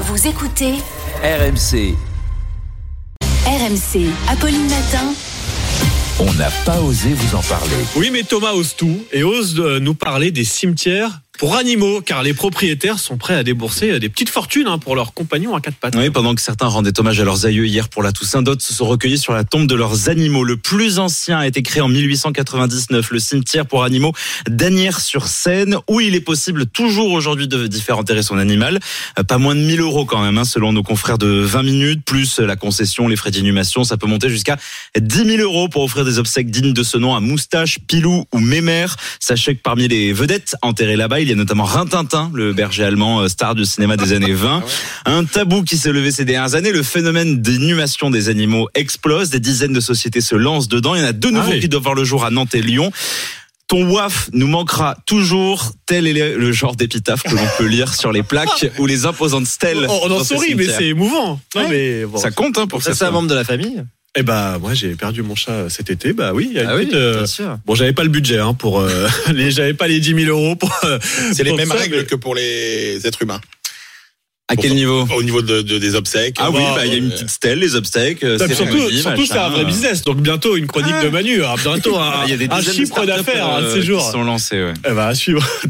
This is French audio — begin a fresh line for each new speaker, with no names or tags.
Vous écoutez
RMC,
RMC, Apolline Matin.
on n'a pas osé vous en parler.
Oui, mais Thomas ose tout et ose euh, nous parler des cimetières pour animaux, car les propriétaires sont prêts à débourser euh, des petites fortunes hein, pour leurs compagnons à quatre pattes.
Oui, pendant que certains rendaient hommage à leurs aïeux hier pour la Toussaint, d'autres se sont recueillis sur la tombe de leurs animaux. Le plus ancien a été créé en 1899, le cimetière pour animaux d'Anières-sur-Seine, où il est possible toujours aujourd'hui de d'y faire enterrer son animal. Euh, Pas moins de 1000 euros quand même, hein, selon nos confrères de 20 minutes, plus la concession, les frais d'inhumation, ça peut monter jusqu'à 10 000 euros pour offrir des obsèques dignes de ce nom à Moustache, Pilou ou Mémère. Sachez que parmi les vedettes enterrées là-bas, il y a notamment Rintintin, le berger allemand euh, star du cinéma des années 20. Un tabou qui s'est levé ces dernières années, le phénomène d'inhumation des animaux explose, des dizaines de sociétés se lancent dedans, il y en a deux nouveaux
oui.
qui doivent voir le jour à Nantes et Lyon. Ton waf nous manquera toujours, tel est le le genre d'épitaphe que l'on peut lire sur les plaques ou les imposantes stèles.
Oh, on en
dans ces
sourit, mais
cimetières.
c'est émouvant. Non, mais bon.
Ça compte hein, pour ça.
membre de la famille
Eh ben, moi, j'ai perdu mon chat euh, cet été. Bah oui, il y a une
Ah oui,
petite, euh,
bien sûr.
Bon, j'avais pas le budget hein, pour. euh, les... J'avais pas les 10 000 euros pour. euh,
C'est les
pour
mêmes
ça,
règles
mais-
que pour les êtres humains.
À quel niveau
Au niveau de, de- des obsèques. euh,
Ah oui,
bah,
bah, il y a une petite stèle, les obsèques. euh,
Non, mais Bah, Surtout,
cérémonies,
surtout c'est un
machin,
vrai
euh.
business. Donc bientôt une chronique de Manu, hein, bientôt un,
Ah. Il y a des
un
dizaines de
chiffre
startups,
d'affaires hein, de
euh,
ces
qui
jours.
sont lancés. ouais.
Eh ben, à suivre.